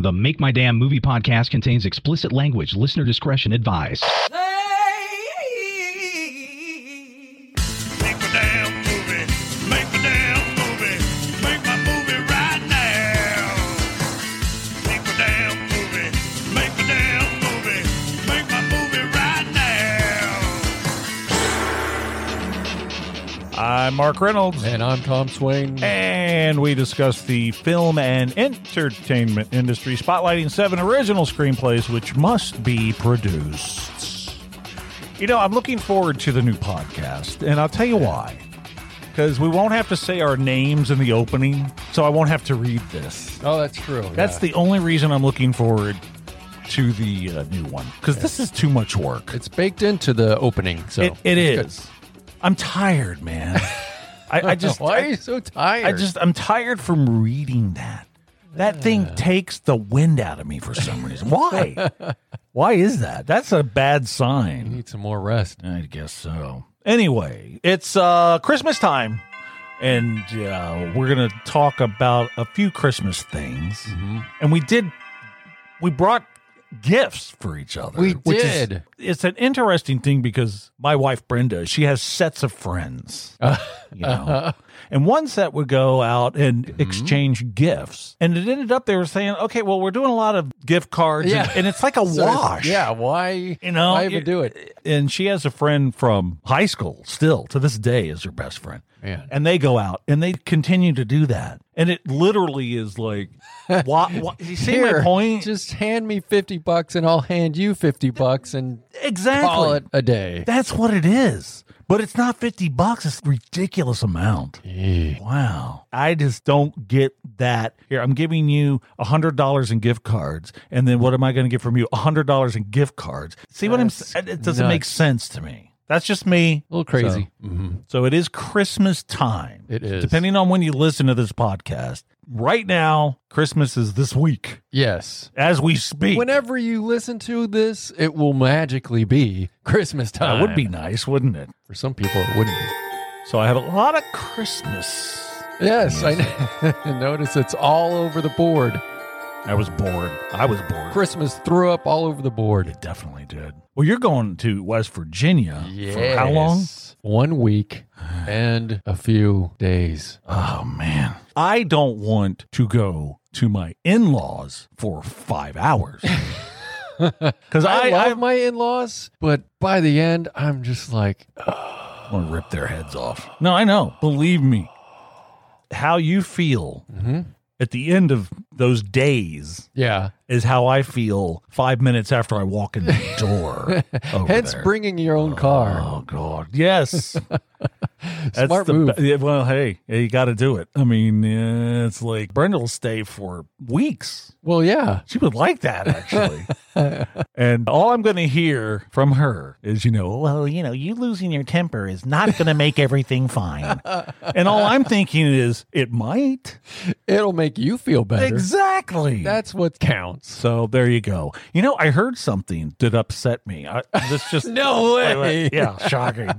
The Make My Damn Movie podcast contains explicit language. Listener discretion advised. Make my damn movie. Make my damn movie. Make my movie right now. Make my damn movie. Make my damn movie. Make my movie right now. I'm Mark Reynolds, And I'm Tom Swain. and we discuss the film and entertainment industry, spotlighting seven original screenplays which must be produced. You know, I'm looking forward to the new podcast, and I'll tell you why. Because we won't have to say our names in the opening, so I won't have to read this. Oh, that's true. That's the only reason I'm looking forward to the uh, new one, because this is too much work. It's baked into the opening. So It- it it's is. I'm tired, man. I, I good. just Why I- are you so tired? I just I'm tired from reading that. That thing takes the wind out of me for some reason. Why? Why is that? That's a bad sign. need some more rest. I guess so. Anyway, it's uh Christmas time. And uh, we're gonna talk about a few Christmas things, Mm-hmm. and we did. We brought gifts for each other. We which is- did. it's an interesting thing because my wife Brenda, she has sets of friends, you know, and one set would go out and Mm-hmm. exchange gifts, and it ended up they were saying, okay, well, we're doing a lot of gift cards, Yeah. and, and it's like a So it's- wash, Yeah. Why? you know, Why even do it? And she has a friend from high school still to this day is her best friend. Man. And they go out and they continue to do that. And it literally is like, why, why, you see my point? Just hand me fifty bucks, and I'll hand you fifty bucks, and exactly. call it a day. That's what it is. But it's not 50 bucks. It's a ridiculous amount. Wow. I just don't get that. Here, I'm giving you $100 in gift cards. And then what am I going to get from you? $100 in gift cards. See what I'm That's saying? It doesn't make nuts. sense to me. That's just me. a little crazy. So it is Christmas time. It is. Depending on when you listen to this podcast, right now, Christmas is this week Yes. as we speak. Whenever you listen to this, it will magically be Christmas time. that would be nice, wouldn't it? for some people. It wouldn't be. So I have a lot of Christmas Yes, I notice it's all over the board. I was bored. I was bored. Christmas threw up all over the board. It definitely did. Well, you're going to West Virginia for how long? Yes. One week and a few days. Oh man, I don't want to go to my in-laws for five hours because I, I, I, love my in-laws, but by the end, I'm just like, want to rip their heads off. No, I know. Believe me, how you feel at the end of those days yeah. is how I feel five minutes after I walk in the door. over Hence, there. bringing your own car. Oh God! Yes, that's Smart the move. be- yeah, well, hey, yeah, you got to do it. I mean, uh, it's like Brenda will stay for weeks. Well, yeah, She would like that actually. and all I'm going to hear from her is, you know, well, you know, you losing your temper is not going to make everything fine. and all I'm thinking is, it might. it'll make you feel better. Exactly. That's what counts. so there you go. You know, I heard something that upset me. I, this just No Wait, wait. Yeah, shocking.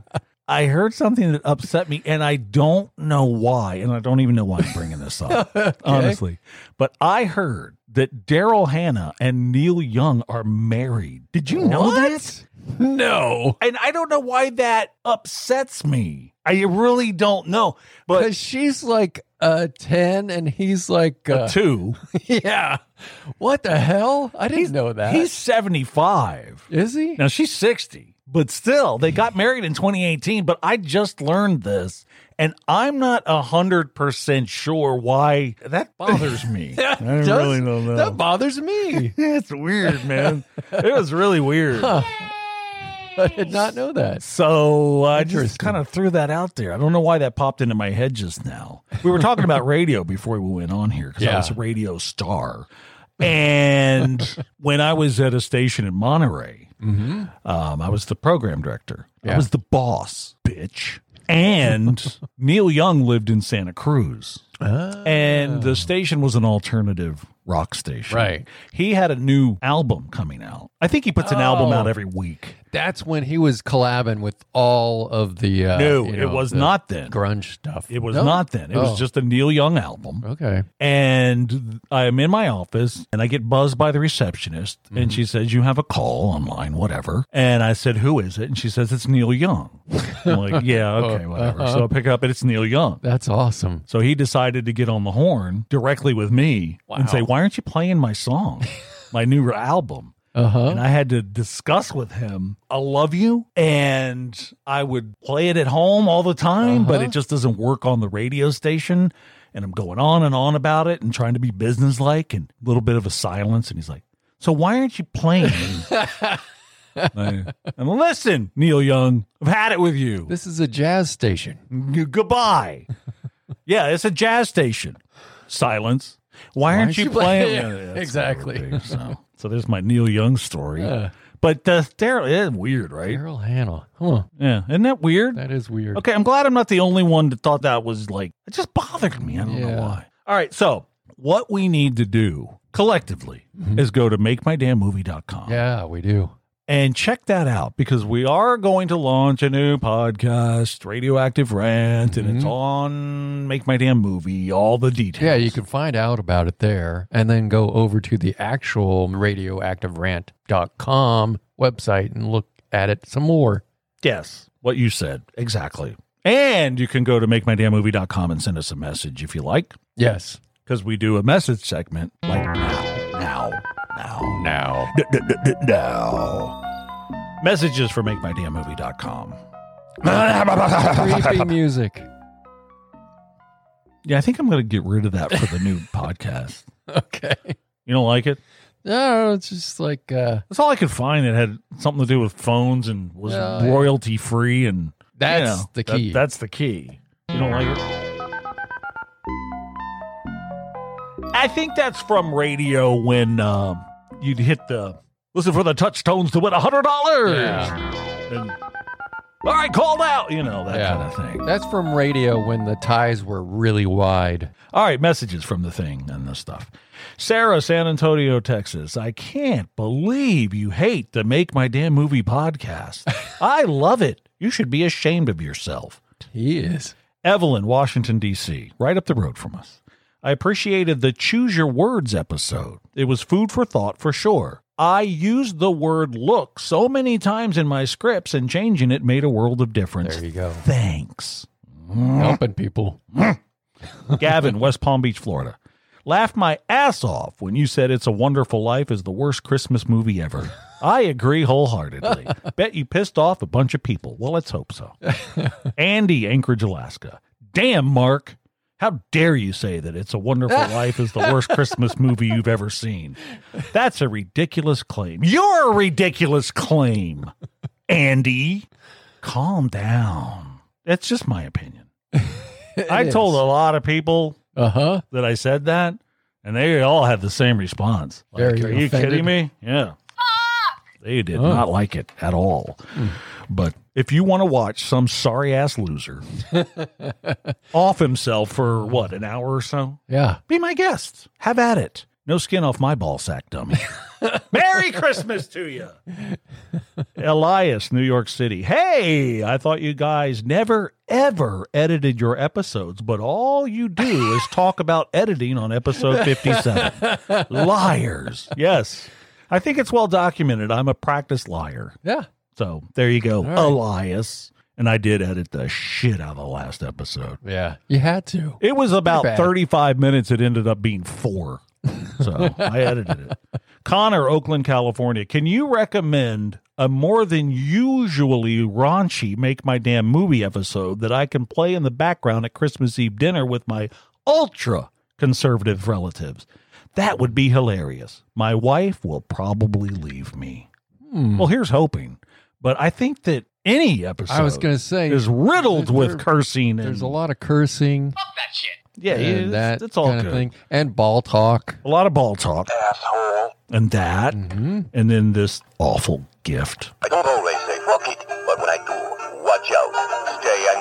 I heard something that upset me, and I don't know why, and I don't even know why I'm bringing this up, honestly. But I heard that Daryl Hannah and Neil Young are married. Did you know that? No, And I don't know why that upsets me. I really don't know. But because she's like a ten, and he's like, uh, two, yeah. What the hell? I didn't know that. he's 75. Is he? Now she's 60, but still, they got married in 2018. But I just learned this, and I'm not 100% sure why that bothers me. That does- That bothers me. That's weird, man. it was really weird. I did not know that. So I just Interesting. kind of threw that out there. I don't know why that popped into my head just now. We were talking about radio before we went on here because I Yeah. was a radio star. And when I was at a station in Monterey, Mm-hmm. um, I was the program director. I Yeah. was the boss, bitch. And Neil Young lived in Santa Cruz. Ah. and the station was an alternative rock station. Oh. Right. He had a new album coming out. I think he puts an Oh. album out every week. That's when he was collabing with all of the. Uh, No, you it know, was the not then. grunge stuff. It was No? not then. It Oh. was just a Neil Young album. okay. And I'm in my office and I get buzzed by the receptionist Mm-hmm. and she says, You have a call online, whatever. And I said, Who is it? And she says, It's Neil Young. I'm like, Yeah, Oh, okay, whatever. uh-huh. So I pick up and it's Neil Young. That's awesome. So he decided to get on the horn directly with me and say, Why aren't you playing my song, my new album? Uh huh. And I had to discuss with him, I love you. And I would play it at home all the time, but it just doesn't work on the radio station. And I'm going on and on about it and trying to be businesslike and a little bit of a silence. And he's like, So why aren't you playing? and listen, Neil Young, I've had it with you. This is a jazz station. G- goodbye. yeah, it's a jazz station. Silence. Why, aren't aren't you you playing- playing? Yeah, Yeah, that's exactly. what it would be, So. so there's my Neil Young story. But uh, Daryl, it's weird, right? Daryl Hannah. Huh. Yeah, isn't that weird? That is weird. Okay, I'm glad I'm not the only one that thought that was like it just bothered me. I don't know Yeah. why. All right, so what we need to do collectively is go to makemydamnmovie.com Mm-hmm. Yeah, we do. and check that out because we are going to launch a new podcast, Radioactive Rant, and it's on Make My Damn Movie, all the details. Yeah, you can find out about it there and then go over to the actual radioactiverant.com website and look at it some more. Yes, what you said. Exactly. And you can go to makemydamnmovie.com and send us a message if you like Yes. because we do a message segment like now, now, now, Now. D- d- d- d- now. Messages for makemydamnmovie.com. Creepy music. Yeah, I think I'm going to get rid of that for the new podcast. Okay. You don't like it? No, it's just like uh That's all I could find that had something to do with phones and was Yeah, yeah. royalty free. And that's you know, the that- key. that's the key. You don't like it? I think that's from radio when um, you'd hit the listen for the touchstones to win a hundred dollars. And all right, called out. You know that Yeah. kind of thing. That's from radio when the ties were really wide. All right, messages from the thing and this stuff. Sarah, San Antonio, Texas. I can't believe you hate the Make My Damn Movie podcast. I love it. You should be ashamed of yourself. He is. Evelyn, Washington, D.C., right up the road from us. I appreciated the Choose Your Words episode. It was food for thought for sure. I used the word look so many times in my scripts, and changing it made a world of difference. There you go. Thanks. Mm-hmm. Helping people. Gavin, West Palm Beach, Florida. Laughed my ass off when you said It's a Wonderful Life is the worst Christmas movie ever. I agree wholeheartedly. Bet you pissed off a bunch of people. Well, let's hope so. Andy, Anchorage, Alaska. Damn, Mark. How dare you say that It's a Wonderful Life is the worst Christmas movie you've ever seen? That's a ridiculous claim. You're a ridiculous claim, Andy. Calm down. That's just my opinion. I told a lot of people Uh huh. that I said that, and they all had the same response. Like, Very are you offended. kidding me? Yeah. They did not like it at all. But if you want to watch some sorry ass loser off himself for what, an hour or so, Yeah. be my guest. Have at it. No skin off my ball sack, dummy. Merry Christmas to you. Elias, New York City. Hey, I thought you guys never, ever edited your episodes, but all you do is talk about editing on episode 57. Liars. Yes. I think it's well documented. I'm a practiced liar. Yeah. So there you go, right. Elias. And I did edit the shit out of the last episode. Yeah. You had to. It was about bad. 35 minutes. It ended up being four. So I edited it. Connor, Oakland, California. Can you recommend a more than usually raunchy Make My Damn Movie episode that I can play in the background at Christmas Eve dinner with my ultra conservative relatives? That would be hilarious. My wife will probably leave me. Well, here's hoping. But I think that any episode Hmm. I was going to say is riddled with there- cursing. there's and, a lot of cursing. yeah, and it's, that it's all kind good. of thing, and ball talk. a lot of ball talk and that Mm-hmm. and then this awful gift I don't always say fuck it, but when I do,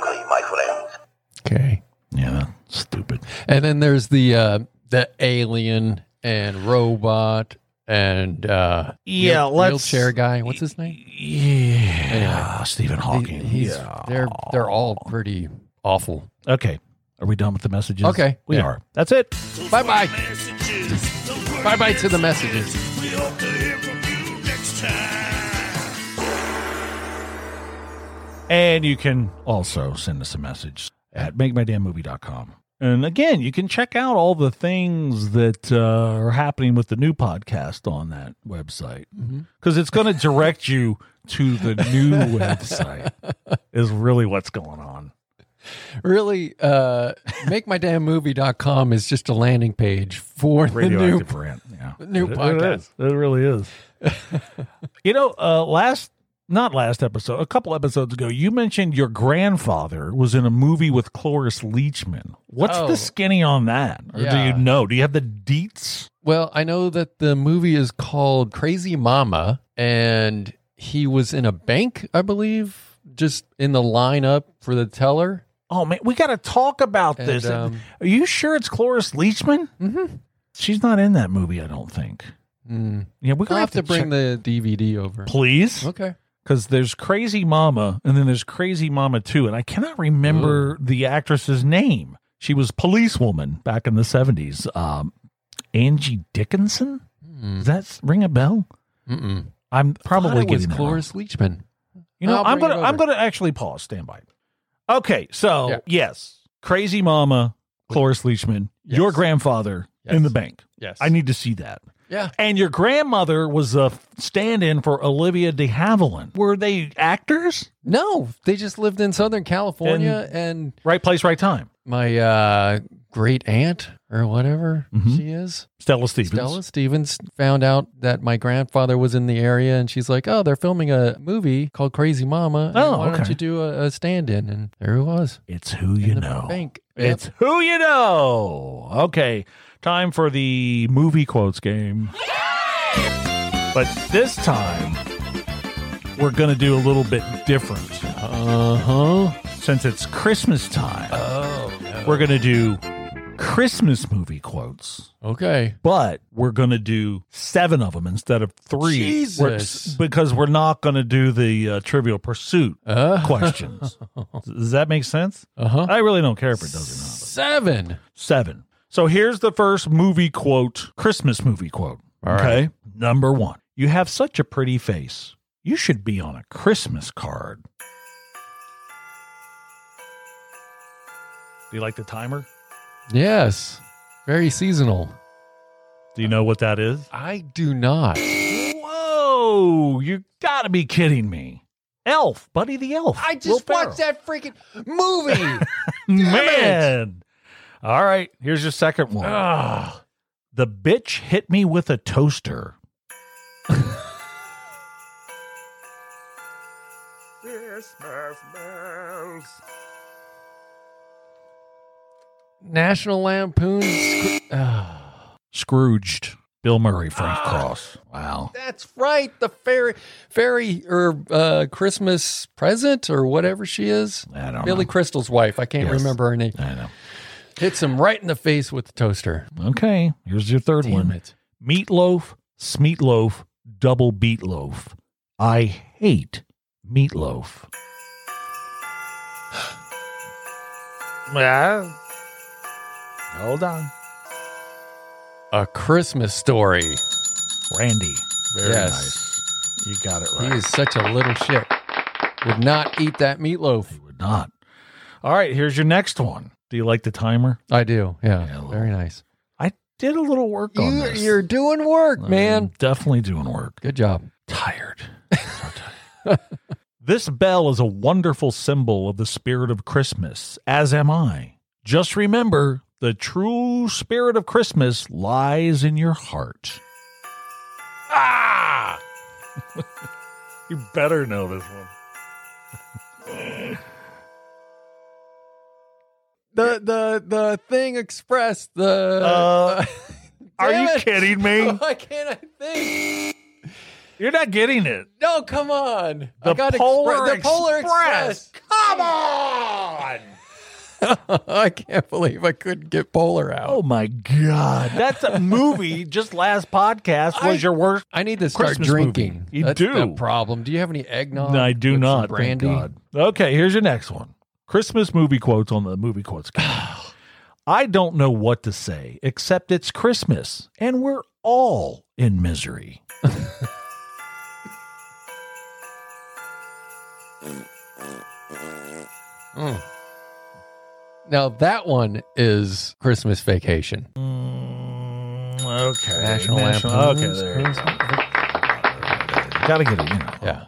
watch out. Stay angry, my friends. Okay, yeah Stupid. And then there's the uh, the alien and robot and uh, Yeah, wheel- let's- wheelchair guy. What's his name? Yeah. Ah, Stephen He- Hawking. he's- yeah. They're they're all pretty awful. Okay. Are we done with the messages? Okay. We Yeah. are. That's it. Bye bye. Bye Bye-bye to the messages. We hope to hear from you next time. And you can also send us a message at makemydamnmovie.com. And again, you can check out all the things that uh, are happening with the new podcast on that website because it's going to direct you to the new website, is really what's going on. Really, uh, makemydamnmovie.com is just a landing page for the new. Radioactive rant. Yeah. new It- it podcast. is. It, really is. you know, uh, last, not last episode, a couple episodes ago, you mentioned your grandfather was in a movie with Cloris Leachman. What's Oh. the skinny on that? Or Yeah. do you know? Do you have the deets? Well, I know that the movie is called Crazy Mama, and he was in a bank, I believe, just in the lineup for the teller. Oh, man, we got to talk about And, this. um, Are you sure it's Cloris Leachman? Mhm. She's not in that movie, I don't think. Mm. Yeah, we're We'll going have to bring check- the DVD over. Please? Okay. because there's Crazy Mama and then there's Crazy Mama 2. And I cannot remember the actress's name. She was policewoman back in the 70s. Um, Angie Dickinson? Mm. Does that ring a bell? Mm-mm. I'm probably Thought it was getting that wrong. Cloris Leachman. You know, I'll I'm bring it gonna I'm over. gonna actually pause. Stand by. Okay, so Yeah. yes, Crazy Mama, Cloris Leachman, your Yes. grandfather Yes. in the bank. Yes. I need to see that. Yeah. And your grandmother was a stand-in for Olivia De Havilland. Were they actors? No, they just lived in Southern California, and Right place, right time. my uh, great aunt or whatever Mhm. she is, Stella Stevens. Stella Stevens, found out that my grandfather was in the area, and she's like, "Oh, they're filming a movie called Crazy Mama. and Oh, why okay. don't you do a, a stand-in?" And there it was. It's who in you the know. bank. Yep. It's who you know. Okay, time for the movie quotes game. But this time, we're going to do a little bit different. uh huh. Since it's Christmas time, Oh no. we're going to do Christmas movie quotes. Okay. But we're going to do seven of them instead of three. We're- Jesus. because we're not going to do the uh, Trivial Pursuit Uh questions. Does that make sense? huh. I really don't care if it does or not. Uh-huh. Seven. seven. So here's the first movie quote, Christmas movie quote. All right. okay. Number one You have such a pretty face. You should be on a Christmas card. Do you like the timer? Yes. Very seasonal. Do you know what that is? I do not. Whoa, you gotta be kidding me. Elf, Buddy the Elf. I Will just Ferrell. watched that freaking movie. Man. All right, here's your second one. Ugh. The bitch hit me with a toaster. National Lampoon. Scr- Ugh. Scrooged. Bill Murray, Frank Cross. Wow. that's right. The fairy, fairy, or uh, Christmas present, or whatever she is. I don't Billy Crystal's wife. I can't Yes. remember her name. know. I know. Hits him right in the face with the toaster. Okay, here's your third Damn one. it. Meatloaf, smeatloaf, double beatloaf. I hate meatloaf. well, hold on. A Christmas story. Randy. Very Yes. nice. You got it He right. is such a little shit. Would not eat that meatloaf. You would not. All right, here's your next one. Do you like the timer? I do. Yeah. Yeah, a little. Very nice. I did a little work on You, this. you're doing work, I'm man. definitely doing work. Good job. tired. So tired. this bell is a wonderful symbol of the spirit of Christmas, as am I. Just remember, the true spirit of Christmas lies in your heart. Ah! you better know this one. the the the thing expressed the Uh, Are Damn you it. kidding me? why can't i think You're not getting it. no come on The I got Polar the polar Express. express Come on! I can't believe I couldn't get Polar out. Oh my god, that's a movie. just last podcast Oh, was I- your worst. I need to start Christmas drinking. movie. You That's do. the problem. Do you have any eggnog? No, I do with some not. thank Brandy. God. Okay, here's your next one. Christmas movie quotes on the movie quotes. calendar. I don't know what to say except it's Christmas and we're all in misery. Mm. Now that one is Christmas Vacation. Mm, okay. National Okay, Lampoon's there. Christmas- Gotta get it. You know. Yeah.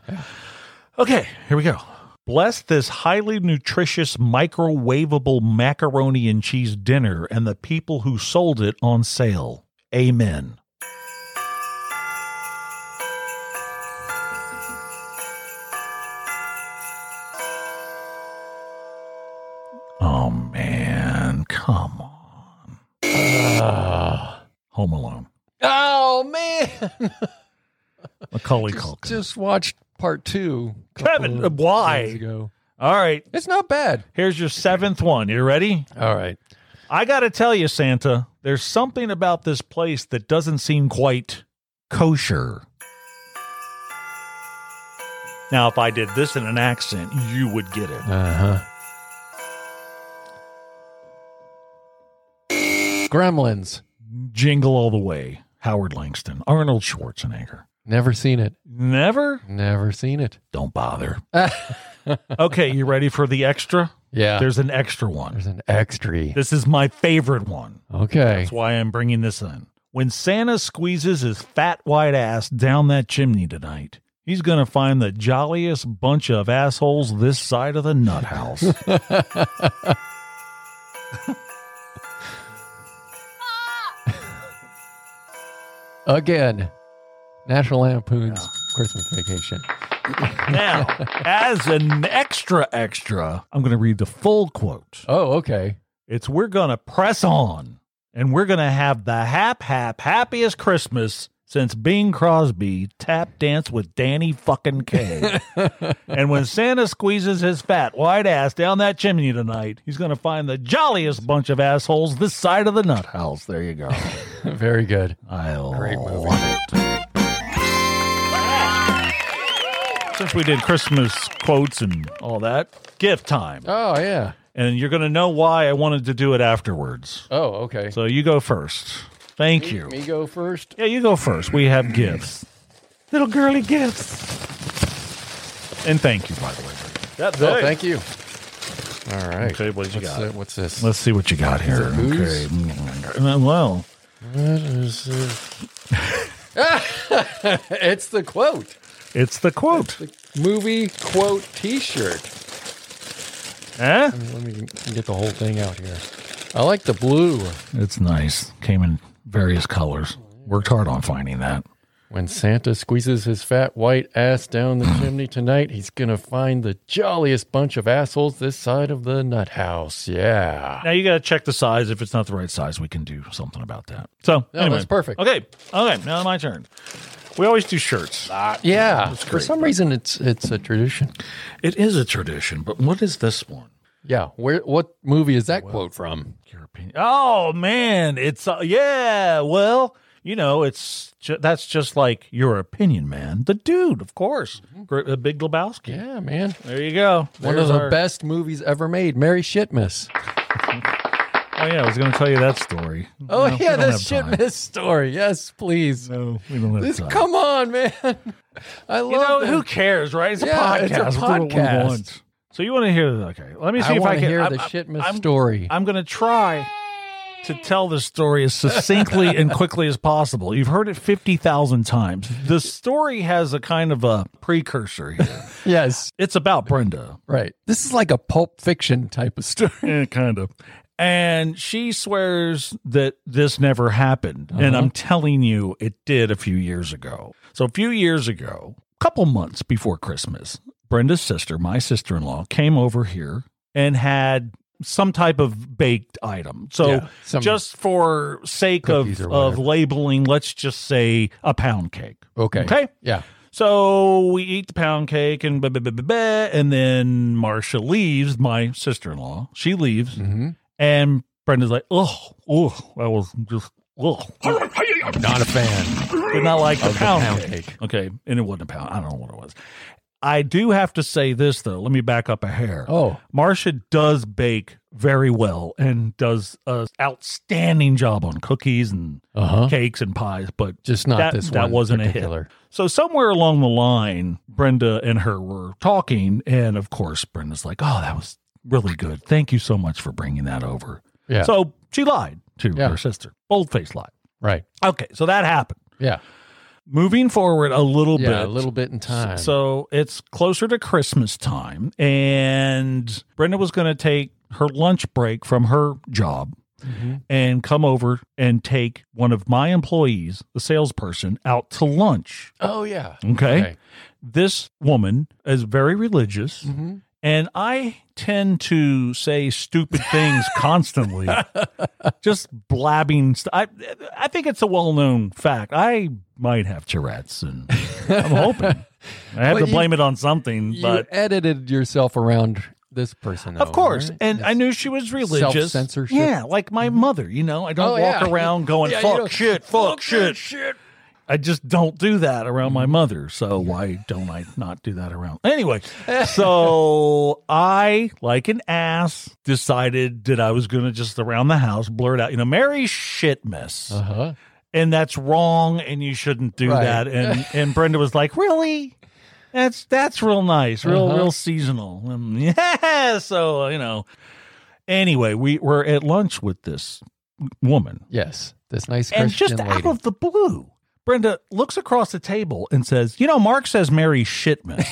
Okay, here we go. Bless this highly nutritious microwavable macaroni and cheese dinner and the people who sold it on sale. Amen. Oh man, come on. Ah. Home Alone. Oh man! Macaulay just, Culkin. just watched part two. a Kevin, couple of why? days ago. All right, It's not bad. here's your seventh one. You ready? All right. I got to tell you, Santa, there's something about this place that doesn't seem quite kosher. Now, if I did this in an accent, you would get it. Uh huh. Gremlins. Jingle all the way. Howard Langston, Arnold Schwarzenegger. Never seen it. Never? Never seen it. Don't bother. Okay, you ready for the extra? yeah. There's an extra one. There's an extra. This is my favorite one. Okay. That's why I'm bringing this in. When Santa squeezes his fat white ass down that chimney tonight, he's going to find the jolliest bunch of assholes this side of the nut house. Again, National Lampoon's Christmas Vacation. now, as an extra extra, I'm going to read the full quote. Oh, okay. It's we're going to press on and we're going to have the hap hap happiest Christmas since Bing Crosby tap danced with Danny fucking K. and when Santa squeezes his fat white ass down that chimney tonight, he's going to find the jolliest bunch of assholes this side of the nut house. There you go. Very good. Oh, I Great movie. love it. Since we did Christmas quotes and all that, gift time. Oh, yeah. And you're going to know why I wanted to do it afterwards. Oh, okay. So you go first. Thank you. me go first. Yeah, you go first. We have gifts. Little girly gifts. And thank you, by the way. That's Oh, thank you. All right. Okay, what you what's, got? uh, what's this? Let's see what you got here. it booze? Okay. Mm, Well, It's the quote. it's the quote. The movie quote T-shirt. Eh? Let me get the whole thing out here. I like the blue. It's nice. Came in various colors. Worked hard on finding that. When Santa squeezes his fat white ass down the chimney tonight, he's gonna find the jolliest bunch of assholes this side of the nut house. Yeah. Now you got to check the size. If it's not the right size, we can do something about that. So, No, anyway. that's perfect. Okay. Okay. Now my turn. We always do shirts. Ah. Uh, Yeah. For great, some reason, it's it's a tradition. It is a tradition, but what is this one? Yeah. Where? What movie is that quote from? Your opinion. Oh man, it's uh, yeah. Well, you know, it's ju- that's just like your opinion, man. The dude, of course, Gr- uh, Big Lebowski. Mm-hmm. Yeah, man. There you go. One of There's the our- best movies ever made. Merry Shitmas. Oh yeah, I was going to tell you that story. Oh No, we yeah, don't the have time. Shitmas story. Yes, please. No, we don't have This, time. come on, man. I you know love who cares, right? It's Yeah, a podcast. it's a We'll do what we podcast. want. So you want to hear? Okay, let me see I if I want to can hear I'm- the I'm- Shitmas I'm- story. I'm going to try to tell the story as succinctly and quickly as possible. You've heard it 50,000 times. The story has a kind of a precursor here. yes, It's about Brenda. right. This is like a Pulp Fiction type of story. Eh, kind of. And she swears that this never happened. And I'm telling you, it did a few years ago. So, a few years ago, a couple months before Christmas, Brenda's sister, my sister in law, came over here and had some type of baked item. So, Yeah, some- just for sake of, um, Cookies or of whatever. labeling, let's just say a pound cake. Okay. Okay. Yeah. So we eat the pound cake and blah, blah, blah, blah, blah, and then Marcia leaves, my sister in law. She leaves, Mm-hmm. and Brenda's like, oh, oh, that was just, oh, Not a fan did not like the of the pound, pound cake. cake. Okay, and it wasn't a pound. I don't know what it was. I do have to say this though. Let me back up a hair. Oh, Marcia does bake very well and does an outstanding job on cookies and uh huh. cakes and pies, but Just not That- this that one. wasn't a hit. particular. so somewhere along the line, Brenda and her were talking, and of course, Brenda's like, "Oh, that was really good. Thank you so much for bringing that over." Yeah. So she lied to Yeah. her sister, bold faced lie. Right. Okay, so that happened. Yeah. Moving forward a little yeah. bit, A little bit in time. So it's closer to Christmas time, and Brenda was going to take her lunch break from her job Mhm. and come over and take one of my employees, the salesperson, out to lunch. Oh yeah. Okay. Okay. This woman is very religious, hmm and I tend to say stupid things constantly, just blabbing. St- I, I think it's a well known fact. I might have Tourette's, and I'm hoping. I have But to you- blame it on something, You but edited yourself around this person, though, of course. right? And I It's- knew she was religious. Self-censorship. Yeah, like my mother, you know, I don't Oh, walk yeah. around going, Yeah, you fuck don't- shit, fuck shit. shit. I just don't do that around Mm-hmm. my mother. So why don't I not do that around? Anyway, so I, like an ass, decided that I was going to just around the house blurt out, you know, Mary shit mess. Uh huh. and that's wrong and you shouldn't do Right. that. And and Brenda was like, Really? That's that's real nice, real Uh-huh. real seasonal. And yeah, so you know. Anyway, we were at lunch with this woman Yes. This nice and Christian just out lady. of the blue, Brenda looks across the table and says, "You know, Mark says Mary Shitman."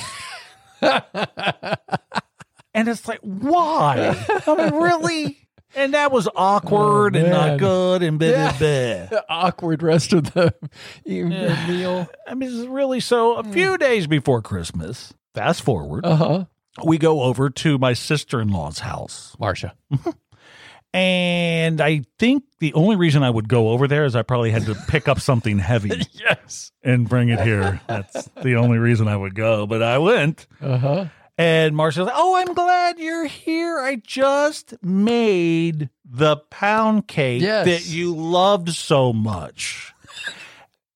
and it's like, why? I mean, really? And that was awkward Oh, and man. not good and blah, blah, blah. the awkward rest of the evening Yeah. meal. I mean, this is really so. Hmm. A few days before Christmas, fast forward, Uh huh. we go over to my sister in law's house. Marsha. And I think the only reason I would go over there is I probably had to pick up something heavy Yes. and bring it here. That's the only reason I would go. But I went. Uh huh. And Marcia's like, oh, I'm glad you're here. I just made the pound cake Yes. that you loved so much.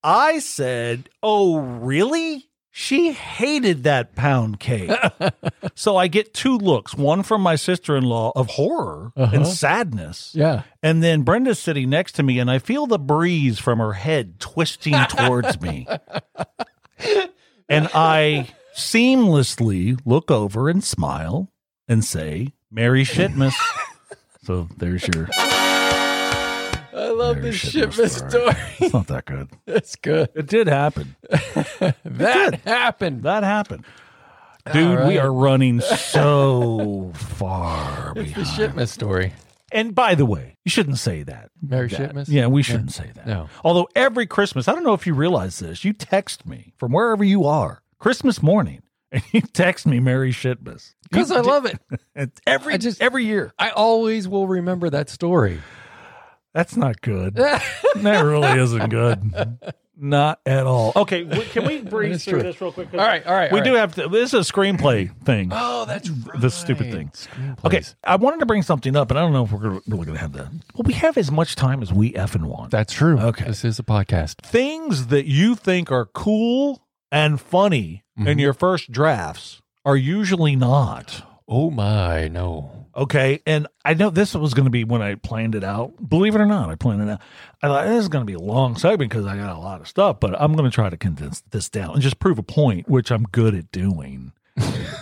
I said, oh, really? She hated that pound cake. so I get two looks one from my sister in law of horror Uh-huh. and sadness. Yeah. And then Brenda's sitting next to me, and I feel the breeze from her head twisting towards me. And I seamlessly look over and smile and say, Merry Shitmas. so there's your. I love Mary this Shipman shipment story. story. It's not that good. That's good. It did happen. That happened. That happened. Dude, All we right. are running so far It's the behind. shipment story. And by the way, you shouldn't say that. Merry That- Shitmas? Yeah, we shouldn't say that. No. Although every Christmas, I don't know if you realize this, you text me from wherever you are, Christmas morning, and you text me Merry Shitmas. Because I love it. It's every I just- every year. I always will remember that story. That's not good. that really isn't good. Not at all. Okay, w- can we That breeze is through true. this real quick? All right. All right. we all do right. have to. This is a screenplay thing. Oh, that's right. the stupid thing. Screenplays. Okay, I wanted to bring something up, and I don't know if we're gonna- really going to have that. Well, we have as much time as we effing want. That's true. Okay. This is a podcast. things that you think are cool and funny in Mhm. your first drafts are usually not. Oh, my. No. Okay. And I know this was going to be when I planned it out. Believe it or not, I planned it out. I thought this is going to be a long segment because I got a lot of stuff, but I'm going to try to condense this down and just prove a point, which I'm good at doing.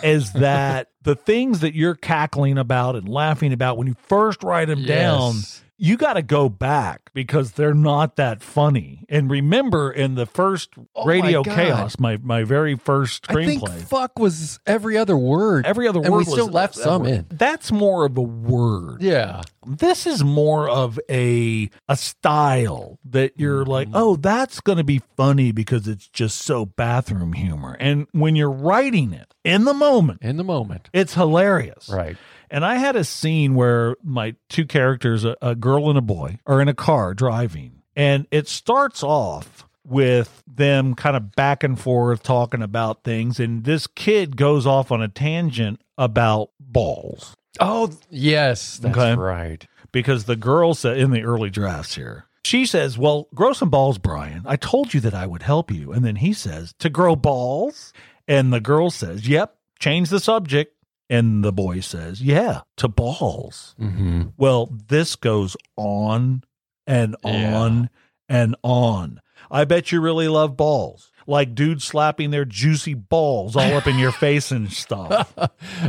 is that the things that you're cackling about and laughing about when you first write them down? Yes. you got to go back because they're not that funny. And remember, in the first Oh my Radio God. Chaos, my my very first I think screenplay, fuck was every other word. every other and word we still was- left some in. That's more of a word. Yeah. This is more of a a style that you're Mm-hmm. like, oh, that's going to be funny because it's just so bathroom humor. And when you're writing it in the moment, In the moment. it's hilarious. Right. And I had a scene where my two characters, a, a girl and a boy, are in a car driving. And it starts off with them kind of back and forth talking about things. And this kid goes off on a tangent about balls Oh, yes, that's Okay. right. because the girl said in the early drafts here, she says, Well, grow some balls, Brian. I told you that I would help you. And then he says, To grow balls? And the girl says, Yep, change the subject. And the boy says, Yeah, to balls. Mm-hmm. Well, this goes on and Yeah. on and on. I bet you really love balls. Like dudes slapping their juicy balls all up in your face and stuff.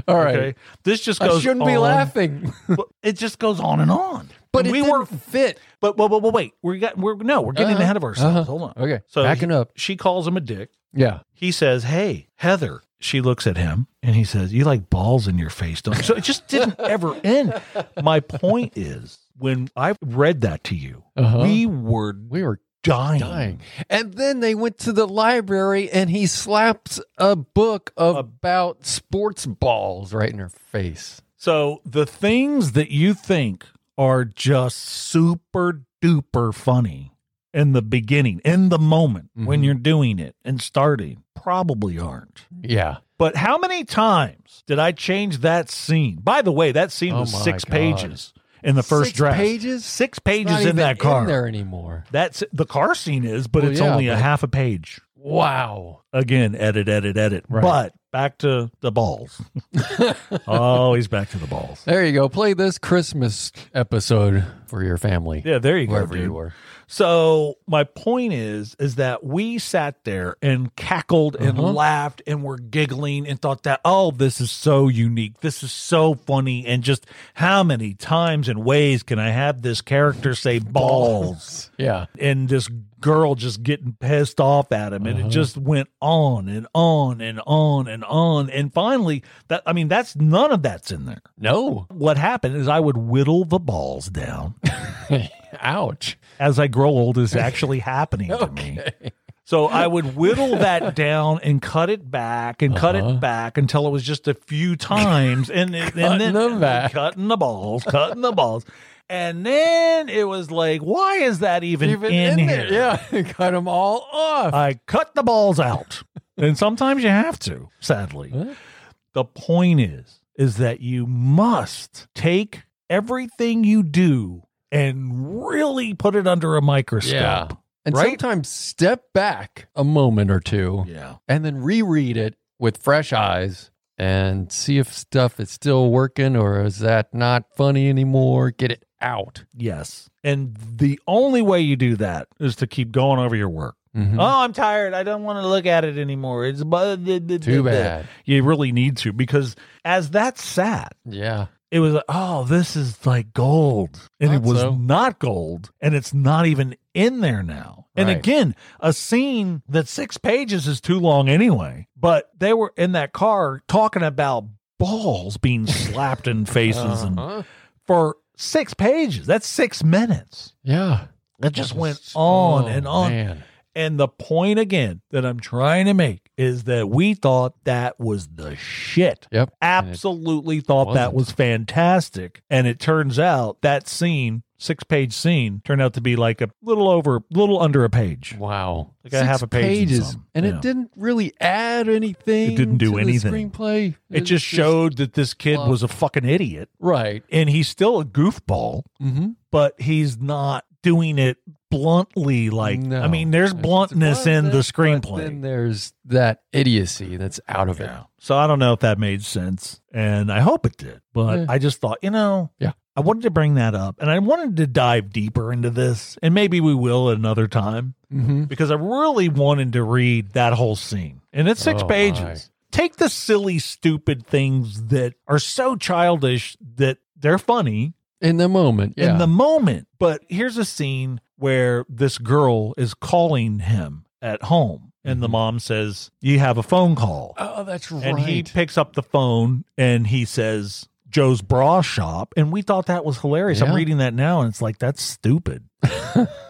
All right. This just goes I shouldn't be on. laughing, But it just goes on and on. but And it we didn't were fit. but well, well, well, wait. We got we're no, we're getting Uh-huh. ahead of ourselves. Uh-huh. Hold on. Okay, So backing he- up. She calls him a dick. Yeah, He says, "Hey, Heather." She looks at him and he says, "You like balls in your face, don't you?" So it just didn't ever end. My point is, when I read that to you, Uh-huh. we were we were dying. dying. And then they went to the library and he slaps a book about sports balls right in her face. So the things that you think are just super duper funny in the beginning, in the moment when Mhm. you're doing it and starting, probably aren't. Yeah. But how many times did I change that scene? By the way, that scene Oh was my six God. pages in the first Six draft. pages? Six It's pages not in even that car. there anymore. That's the car scene is, but Well, it's yeah, only a but- half a page. Wow. Again, edit, edit, edit. Right. But back to the balls. Always back to the balls. There you go. Play this Christmas episode for your family. Yeah, there you go. Wherever dude. you were. So my point is, is that we sat there and cackled and Uh-huh. laughed and were giggling and thought that, oh, this is so unique. This is so funny. And just how many times and ways can I have this character say balls? Yeah. and this girl just getting pissed off at him and it just went on and on and on and on and finally that i mean that's none of that's in there No. what happened is i would whittle the balls down Ouch. as I grow old is actually happening to me. So I would whittle that down and cut it back and cut Uh-huh. it back until it was just a few times, and, and then Cutting them back. cutting the balls, cutting the balls, and then it was like, why is that even, Even in, in here? Uh, there. Yeah. Cut them all off. I cut the balls out, and sometimes you have to. Sadly, Huh? the point is, is that you must take everything you do and really put it under a microscope. Yeah. And Right? sometimes step back a moment or two Yeah. and then reread it with fresh eyes and see if stuff is still working or is that not funny anymore. Get it out. Yes. And the only way you do that is to keep going over your work. Mm-hmm. Oh, Uh, I'm tired. I don't want to look at it anymore. It's bu- d- d- d- Too d- bad. You really need to because as that sat, Yeah. it was like, oh, this is like gold. And it Thought was so. not gold. And it's not even in there now. And Right. again, a scene that six pages is too long anyway. But they were in that car talking about balls being slapped in faces and Uh-huh. for six pages. That's six minutes. Yeah. That just went on Oh, and on. man. And the point again that I'm trying to make is that we thought that was the shit. Yep. Absolutely thought that wasn't. was fantastic. And it turns out that scene, six page scene, turned out to be like a little over, little under a page. Wow. Like a half a page and some. And Yeah. it didn't really add anything. It didn't do to the anything. screenplay. It just showed that this kid Wow. was a fucking idiot Right. and he's still a goofball. Mm-hmm. but he's not doing it bluntly like No. I mean there's It's bluntness in the bluntness, but Then screenplay. there's that idiocy that's out of it. Yeah. So I don't know if that made sense and I hope it did, but Yeah. I just thought, you know, Yeah. I wanted to bring that up and I wanted to dive deeper into this and maybe we will another time Mm-hmm. because I really wanted to read that whole scene. And it's six Oh, pages. my. Take the silly stupid things that are so childish that they're funny In the moment. Yeah. in the moment. But here's a scene where this girl is calling him at home, and the Mhm. mom says, You have a phone call. oh, that's right. And he picks up the phone and he says, Joe's Bra Shop. And we thought that was hilarious. I'm Yeah. reading that now, and it's like, That's stupid.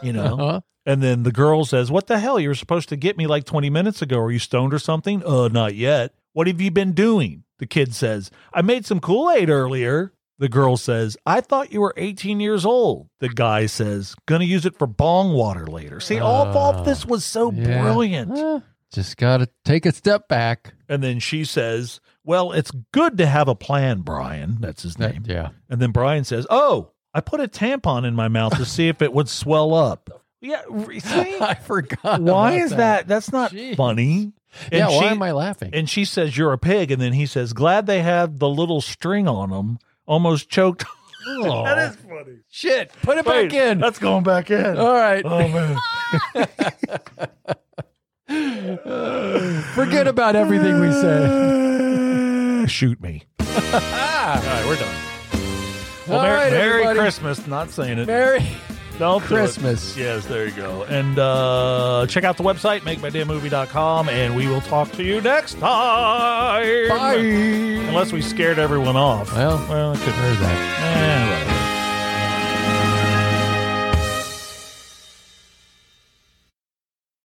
you know? Uh-huh. And then the girl says, What the hell? You were supposed to get me like 20 minutes ago. Are you stoned or something? Uh, not yet. What have you been doing? The kid says, I made some Kool Aid earlier. The girl says, I thought you were 18 years old. The guy says, Gonna use it for bong water later. See, all, all of this was so Ah, Yeah. brilliant. Eh, Just got to take a step back. And then she says, Well, it's good to have a plan, Brian. That's his That- name. yeah. And then Brian says, Oh, I put a tampon in my mouth to see if it would swell up. Yeah. re- See? I forgot. Why about is that? That's not Jeez. funny. And Yeah. she- why am I laughing? and she says, You're a pig. And then he says, Glad they had the little string on them. Almost choked. that is funny. Shit. Put it Wait, back in. That's going back in. All right. oh, man. Forget about everything we said. Shoot me. All right, we're done. Well, All Mer- right, Merry everybody. Christmas. Not saying it. Merry Don't do it. Christmas. Yes, there you go. And uh, check out the website, makemydamnmovie.com, and we will talk to you next time. Bye. Unless we scared everyone off. Well, well it could There's that. Eh, whatever.